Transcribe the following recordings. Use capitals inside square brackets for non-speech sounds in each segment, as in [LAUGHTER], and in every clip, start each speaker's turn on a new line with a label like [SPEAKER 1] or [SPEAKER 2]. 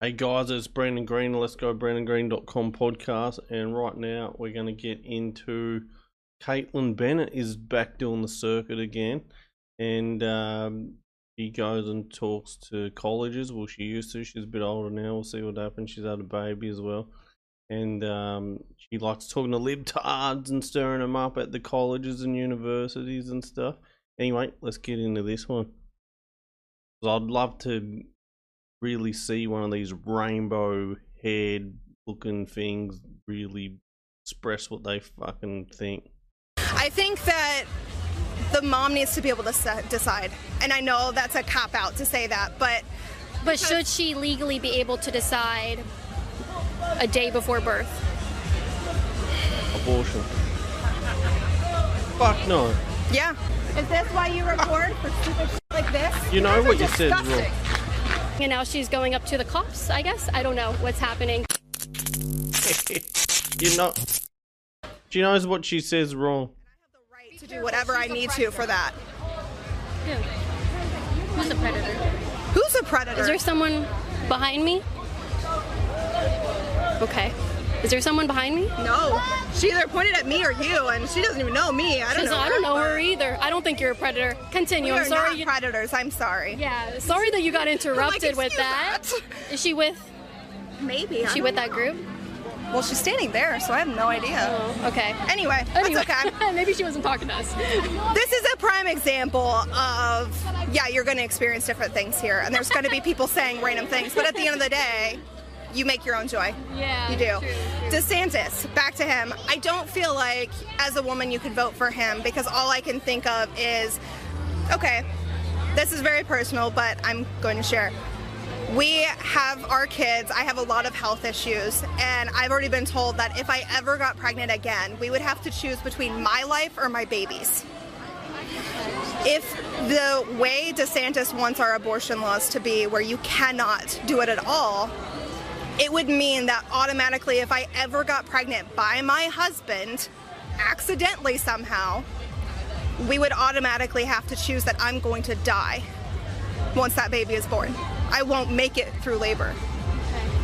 [SPEAKER 1] Hey guys, it's Brandon Green. Let's go BrandonGreen.com podcast. And right now we're going to get into Caitlin Bennett is back doing the circuit again. And um, she goes and talks to colleges. Well, she used to. She's a bit older now. We'll see what happens. She's had a baby as well. And um, she likes talking to libtards and stirring them up at the colleges and universities and stuff. Anyway, let's get into this one. 'Cause I'd love to really see one of these rainbow haired looking things really express what they fucking think.
[SPEAKER 2] I think that the mom needs to be able to se- decide. And I know that's a cop out to say that, but
[SPEAKER 3] But should she legally be able to decide a day before birth?
[SPEAKER 1] Abortion. Fuck no. [LAUGHS]
[SPEAKER 2] yeah. Is this why you record for stupid shit like this?
[SPEAKER 1] You know
[SPEAKER 2] guys are
[SPEAKER 1] what you said is wrong.
[SPEAKER 2] disgusting.
[SPEAKER 3] And now she's going up to the cops, I guess. I don't know what's happening.
[SPEAKER 1] You're not. She knows what she says wrong.
[SPEAKER 2] To do whatever I need to for that.
[SPEAKER 3] Who's a predator?
[SPEAKER 2] Who's a predator?
[SPEAKER 3] Is there someone behind me? Okay. Is there someone behind me?
[SPEAKER 2] no. She either pointed at me or you, and she doesn't even know me. I don't
[SPEAKER 3] Because
[SPEAKER 2] know.
[SPEAKER 3] I don't know her either. I don't think you're a predator. Continue.
[SPEAKER 2] We
[SPEAKER 3] I'm
[SPEAKER 2] are
[SPEAKER 3] sorry.
[SPEAKER 2] not
[SPEAKER 3] you-
[SPEAKER 2] predators. I'm sorry.
[SPEAKER 3] yeah. Sorry that you got interrupted with
[SPEAKER 2] excuse
[SPEAKER 3] that. Is
[SPEAKER 2] that.
[SPEAKER 3] she with?
[SPEAKER 2] Maybe. I
[SPEAKER 3] She
[SPEAKER 2] don't
[SPEAKER 3] with that
[SPEAKER 2] know.
[SPEAKER 3] group?
[SPEAKER 2] Well, she's standing there, so I have no idea.
[SPEAKER 3] Oh, okay.
[SPEAKER 2] Anyway,
[SPEAKER 3] Anyway,
[SPEAKER 2] that's [LAUGHS] okay.
[SPEAKER 3] [LAUGHS] maybe she wasn't talking to us.
[SPEAKER 2] This is a prime example of, yeah, you're going to experience different things here, and there's going to be people saying random things, but at the end of the day, you make your own joy.
[SPEAKER 3] Yeah,
[SPEAKER 2] You do.
[SPEAKER 3] true, true.
[SPEAKER 2] DeSantis, back to him. I don't feel like, as a woman, you could vote for him because all I can think of is, okay, this is very personal, but I'm going to share. We have our kids. I have a lot of health issues, and I've already been told that if I ever got pregnant again, we would have to choose between my life or my babies. If the way DeSantis wants our abortion laws to be, where you cannot do it at all, it would mean that automatically, if I ever got pregnant by my husband, accidentally somehow, we would automatically have to choose that I'm going to die once that baby is born. I won't make it through labor.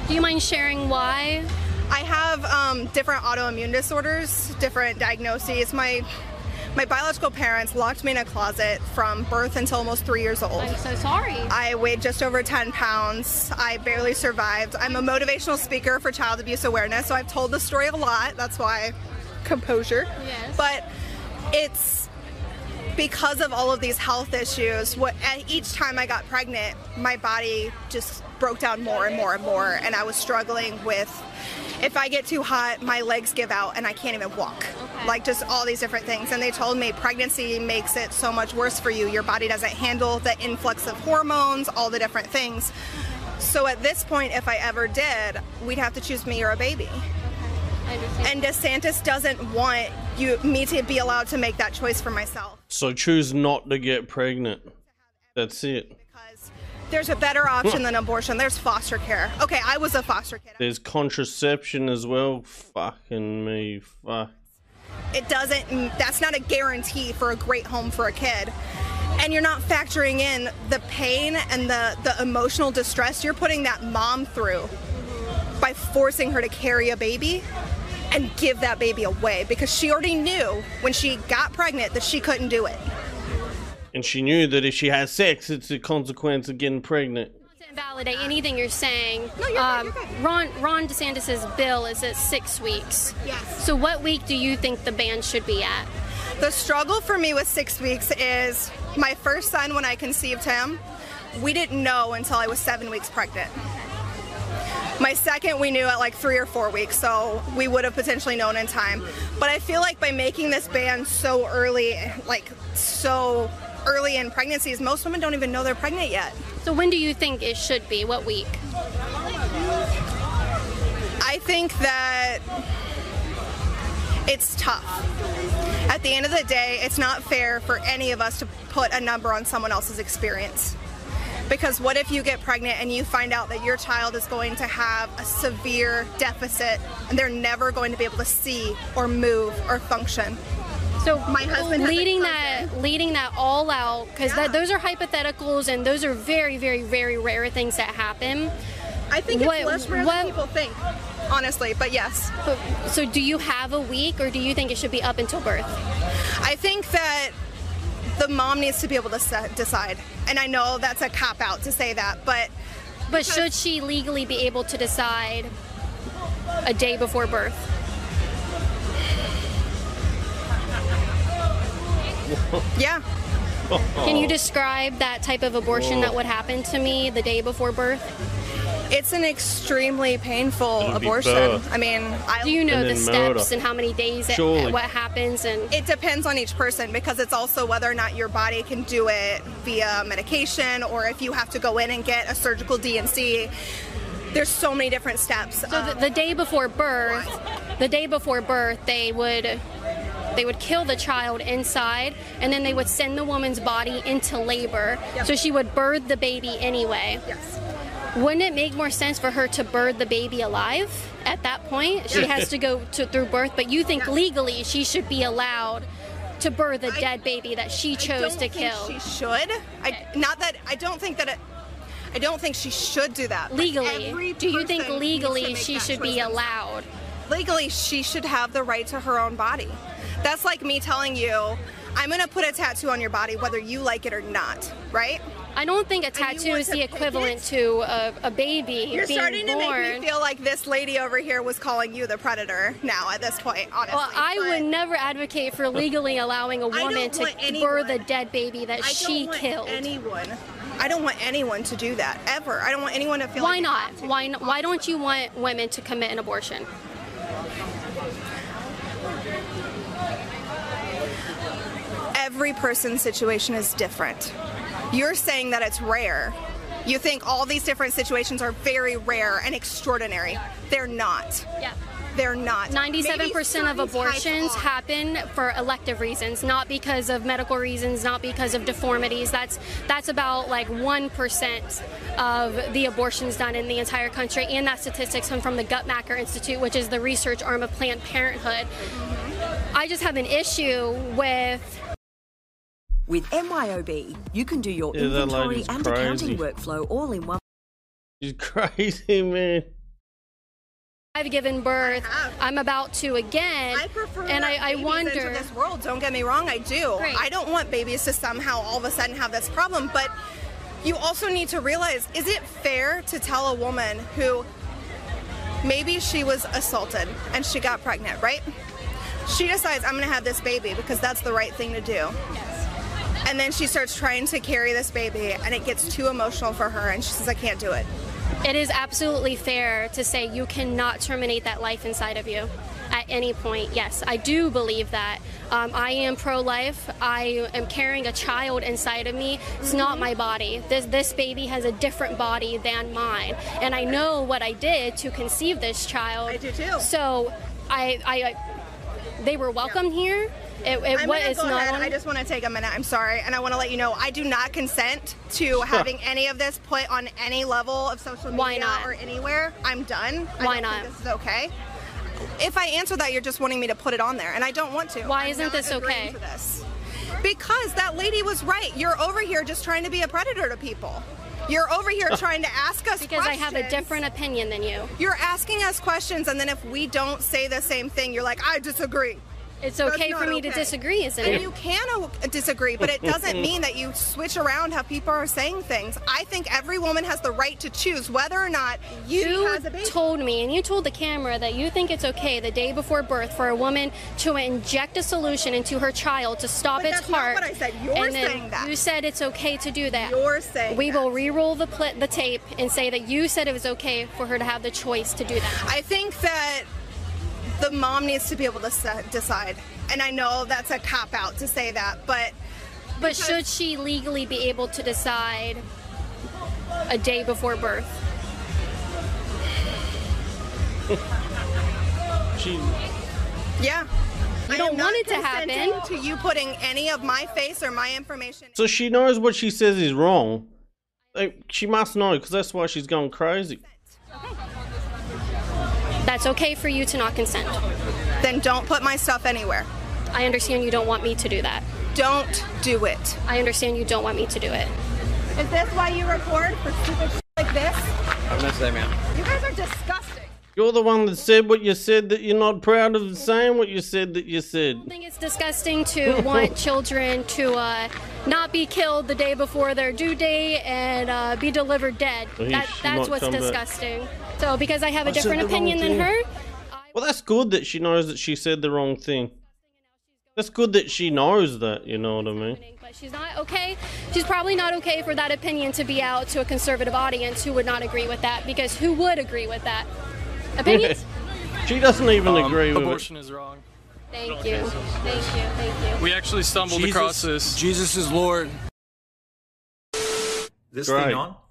[SPEAKER 3] Do you mind sharing why?
[SPEAKER 2] I have um, different autoimmune disorders, different diagnoses. My my biological parents locked me in a closet from birth until almost three years old.
[SPEAKER 3] I'm so sorry.
[SPEAKER 2] I weighed just over 10 pounds. I barely survived. I'm a motivational speaker for child abuse awareness, so I've told the story a lot. That's why composure.
[SPEAKER 3] Yes.
[SPEAKER 2] But it's because of all of these health issues. What at each time I got pregnant, my body just broke down more and more and more, and I was struggling with. If I get too hot, my legs give out and I can't even walk.
[SPEAKER 3] Okay.
[SPEAKER 2] Like just all these different things. And they told me pregnancy makes it so much worse for you. Your body doesn't handle the influx of hormones, all the different things. So at this point, if I ever did, we'd have to choose me or a baby.
[SPEAKER 3] I understand.
[SPEAKER 2] And DeSantis doesn't want you me to be allowed to make that choice for myself
[SPEAKER 1] So choose not to get pregnant. That's it.
[SPEAKER 2] because there's a better option than abortion. There's foster care. Okay, I was a foster kid.
[SPEAKER 1] There's contraception as well. Fucking me. Fuck.
[SPEAKER 2] It doesn't that's not a guarantee for a great home for a kid. And you're not factoring in the pain and the the emotional distress you're putting that mom through by forcing her to carry a baby and give that baby away because she already knew when she got pregnant that she couldn't do it.
[SPEAKER 1] And she knew that if she has sex, it's a consequence of getting pregnant.
[SPEAKER 3] to invalidate anything you're saying. Um,
[SPEAKER 2] No, you're good, you're good.
[SPEAKER 3] Ron Ron DeSantis's bill is at six weeks.
[SPEAKER 2] Yes.
[SPEAKER 3] So what week do you think the ban should be at?
[SPEAKER 2] The struggle for me with six weeks is my first son, when I conceived him, we didn't know until I was seven weeks pregnant. My second, we knew at like three or four weeks, so we would have potentially known in time. But I feel like by making this ban so early, like so early in pregnancies, most women don't even know they're pregnant yet.
[SPEAKER 3] So when do you think it should be? What week?
[SPEAKER 2] I think that it's tough. At the end of the day, it's not fair for any of us to put a number on someone else's experience. Because what if you get pregnant and you find out that your child is going to have a severe deficit and they're never going to be able to see or move or function?
[SPEAKER 3] So
[SPEAKER 2] My husband has a
[SPEAKER 3] leading
[SPEAKER 2] cousin.
[SPEAKER 3] that leading that all out because
[SPEAKER 2] Yeah.
[SPEAKER 3] that those are hypotheticals and those are very very very rare things that happen.
[SPEAKER 2] I think it's
[SPEAKER 3] What-
[SPEAKER 2] less rare
[SPEAKER 3] what-
[SPEAKER 2] than people think, honestly. But yes,
[SPEAKER 3] But- So do you have a week or do you think it should be up until birth?
[SPEAKER 2] I think that the mom needs to be able to se- decide. And I know that's a cop out to say that, but
[SPEAKER 3] But should she legally be able to decide a day before birth?
[SPEAKER 2] yeah,
[SPEAKER 1] Oh.
[SPEAKER 3] Can you describe that type of abortion
[SPEAKER 1] Whoa.
[SPEAKER 3] that would happen to me the day before birth?
[SPEAKER 2] it's an extremely painful
[SPEAKER 1] It'll be
[SPEAKER 2] abortion.
[SPEAKER 1] birth.
[SPEAKER 2] I mean, I
[SPEAKER 3] Do you know
[SPEAKER 1] And
[SPEAKER 3] the
[SPEAKER 1] then
[SPEAKER 3] steps
[SPEAKER 1] murder.
[SPEAKER 3] and how many days it,
[SPEAKER 1] Surely.
[SPEAKER 3] what happens and
[SPEAKER 2] It depends on each person because it's also whether or not your body can do it via medication or if you have to go in and get a surgical DNC. There's so many different steps. Um,
[SPEAKER 3] so the, the day before birth, the day before birth they would they would kill the child inside and then they would send the woman's body into labor.
[SPEAKER 2] Yep.
[SPEAKER 3] So she would birth the baby anyway.
[SPEAKER 2] yes.
[SPEAKER 3] Wouldn't it make more sense for her to birth the baby alive at that point? She has to go to, through birth, but you think legally she should be allowed to birth a
[SPEAKER 2] I-
[SPEAKER 3] dead baby that she
[SPEAKER 2] I
[SPEAKER 3] chose
[SPEAKER 2] don't
[SPEAKER 3] to
[SPEAKER 2] think
[SPEAKER 3] kill?
[SPEAKER 2] She should. I not that I don't think that it. I don't think she should do that. but every
[SPEAKER 3] legally, do you think
[SPEAKER 2] person needs to
[SPEAKER 3] legally
[SPEAKER 2] make
[SPEAKER 3] she
[SPEAKER 2] that
[SPEAKER 3] should
[SPEAKER 2] choice
[SPEAKER 3] be
[SPEAKER 2] themselves.
[SPEAKER 3] allowed?
[SPEAKER 2] Legally, she should have the right to her own body. That's like me telling you, I'm gonna put a tattoo on your body whether you like it or not, right?
[SPEAKER 3] I don't think a
[SPEAKER 2] you
[SPEAKER 3] tattoo
[SPEAKER 2] want
[SPEAKER 3] is
[SPEAKER 2] to
[SPEAKER 3] the
[SPEAKER 2] pick
[SPEAKER 3] equivalent
[SPEAKER 2] it?
[SPEAKER 3] to a, a baby
[SPEAKER 2] You're
[SPEAKER 3] being
[SPEAKER 2] starting
[SPEAKER 3] born.
[SPEAKER 2] to make me feel like this lady over here was calling you the predator now at this point, honestly.
[SPEAKER 3] well, I
[SPEAKER 2] but
[SPEAKER 3] would never advocate for legally allowing a
[SPEAKER 2] don't
[SPEAKER 3] woman to
[SPEAKER 2] want anyone-
[SPEAKER 3] birth a dead baby that
[SPEAKER 2] I don't
[SPEAKER 3] she
[SPEAKER 2] want
[SPEAKER 3] killed.
[SPEAKER 2] anyone. I don't want anyone to do that ever. I don't want anyone to feel
[SPEAKER 3] Why
[SPEAKER 2] like
[SPEAKER 3] not? Why n- Why don't you want women to commit an abortion?
[SPEAKER 2] every person's situation is different. You're saying that it's rare. You think all these different situations are very rare and extraordinary. They're not.
[SPEAKER 3] Yeah.
[SPEAKER 2] They're not.
[SPEAKER 3] Ninety-seven percent of
[SPEAKER 2] Maybe certain types
[SPEAKER 3] abortions
[SPEAKER 2] are.
[SPEAKER 3] happen for elective reasons, not because of medical reasons, not because of deformities. That's that's about like one percent of the abortions done in the entire country, and that statistics come from the Guttmacher Institute, which is the research arm of Planned Parenthood.
[SPEAKER 2] Mm-hmm.
[SPEAKER 3] I just have an issue with
[SPEAKER 4] With MYOB, you can do your
[SPEAKER 1] Yeah, that
[SPEAKER 4] inventory
[SPEAKER 1] lady's
[SPEAKER 4] and
[SPEAKER 1] crazy.
[SPEAKER 4] accounting workflow all in one
[SPEAKER 1] She's [LAUGHS] crazy, man.
[SPEAKER 3] I've given birth,
[SPEAKER 2] have.
[SPEAKER 3] I'm about to again,
[SPEAKER 2] I prefer
[SPEAKER 3] and I, I
[SPEAKER 2] babies into
[SPEAKER 3] wonder.
[SPEAKER 2] this world. Don't get me wrong, I do.
[SPEAKER 3] Right.
[SPEAKER 2] I don't want babies to somehow all of a sudden have this problem, but you also need to realize is it fair to tell a woman who maybe she was assaulted and she got pregnant, right? She decides I'm going to have this baby because that's the right thing to do. And then she starts trying to carry this baby and it gets too emotional for her and she says I can't do it.
[SPEAKER 3] It is absolutely fair to say you cannot terminate that life inside of you at any point. Yes, I do believe that. Um, I am pro-life. I am carrying a child inside of me. It's not my body. This this baby has a different body than mine, and I know what I did to conceive this child.
[SPEAKER 2] I do too.
[SPEAKER 3] So, I I, I they were welcome here. It, it
[SPEAKER 2] I'm
[SPEAKER 3] wa-
[SPEAKER 2] gonna
[SPEAKER 3] it's
[SPEAKER 2] go
[SPEAKER 3] not
[SPEAKER 2] ahead.
[SPEAKER 3] on-
[SPEAKER 2] I just want to take a minute. I'm sorry, and I want to let you know I do not consent to having any of this put on any level of social media
[SPEAKER 3] Why not?
[SPEAKER 2] or anywhere. I'm done. I
[SPEAKER 3] Why
[SPEAKER 2] don't think
[SPEAKER 3] not?
[SPEAKER 2] this is okay. If I answer that, you're just wanting me to put it on there, and I don't want to.
[SPEAKER 3] Why
[SPEAKER 2] I'm
[SPEAKER 3] isn't
[SPEAKER 2] not
[SPEAKER 3] this
[SPEAKER 2] agreeing
[SPEAKER 3] okay?
[SPEAKER 2] To this. Because that lady was right. You're over here just trying to be a predator to people. You're over here trying to ask us
[SPEAKER 3] because I have a
[SPEAKER 2] questions.
[SPEAKER 3] different opinion than you.
[SPEAKER 2] You're asking us questions, and then if we don't say the same thing, you're like, I disagree.
[SPEAKER 3] It's
[SPEAKER 2] That's
[SPEAKER 3] okay for
[SPEAKER 2] not
[SPEAKER 3] me to
[SPEAKER 2] okay.
[SPEAKER 3] disagree, isn't
[SPEAKER 2] And
[SPEAKER 3] it?
[SPEAKER 2] you can o- disagree, but it doesn't mean that you switch around how people are saying things. I think every woman has the right to choose whether or not she
[SPEAKER 3] You
[SPEAKER 2] has a baby.
[SPEAKER 3] told me, and you told the camera that you think it's okay the day before birth for a woman to inject a solution into her child to stop
[SPEAKER 2] But
[SPEAKER 3] its
[SPEAKER 2] that's not
[SPEAKER 3] heart.
[SPEAKER 2] what I said. You're
[SPEAKER 3] and then
[SPEAKER 2] saying that.
[SPEAKER 3] You said it's okay to do that.
[SPEAKER 2] You're saying
[SPEAKER 3] We
[SPEAKER 2] that.
[SPEAKER 3] will re-roll the pl- the tape and say that you said it was okay for her to have the choice to do that.
[SPEAKER 2] I think that the mom needs to be able to se- decide. And I know that's a cop out to say that, but
[SPEAKER 3] But should she legally be able to decide a day before birth?
[SPEAKER 1] She
[SPEAKER 2] yeah. You
[SPEAKER 3] don't want it to happen.
[SPEAKER 2] To you putting any of my face or my information.
[SPEAKER 1] so she knows what she says is wrong. Like, She must know because that's why she's going crazy.
[SPEAKER 3] That's okay for you to not consent.
[SPEAKER 2] Then don't put my stuff anywhere.
[SPEAKER 3] I understand you don't want me to do that.
[SPEAKER 2] Don't do it.
[SPEAKER 3] I understand you don't want me to do it.
[SPEAKER 2] Is this why you record for stupid shit like this?
[SPEAKER 5] I've messed them out.
[SPEAKER 2] You guys are disgusting.
[SPEAKER 1] You're the one that said what you said that you're not proud of saying what you said that you said.
[SPEAKER 3] I think it's disgusting to
[SPEAKER 1] [LAUGHS]
[SPEAKER 3] want children to uh, not be killed the day before their due date and uh, be delivered dead.
[SPEAKER 1] Well, he
[SPEAKER 3] That,
[SPEAKER 1] should
[SPEAKER 3] that's
[SPEAKER 1] not
[SPEAKER 3] what's
[SPEAKER 1] come back.
[SPEAKER 3] disgusting. So, because I have a
[SPEAKER 1] I said
[SPEAKER 3] different
[SPEAKER 1] the wrong
[SPEAKER 3] opinion than
[SPEAKER 1] thing.
[SPEAKER 3] her,
[SPEAKER 1] Well, that's good that she knows that she said the wrong thing. That's good that she knows that, you know what I mean?
[SPEAKER 3] but she's not okay. She's probably not okay for that opinion to be out to a conservative audience who would not agree with that, because who would agree with
[SPEAKER 1] [LAUGHS]
[SPEAKER 3] that? Opinions?
[SPEAKER 1] She doesn't even
[SPEAKER 6] Um,
[SPEAKER 1] agree with
[SPEAKER 6] abortion is wrong.
[SPEAKER 3] Thank you. Thank you. Thank you.
[SPEAKER 6] We actually stumbled across this.
[SPEAKER 5] Jesus is Lord.
[SPEAKER 7] This
[SPEAKER 1] Great.
[SPEAKER 7] thing on?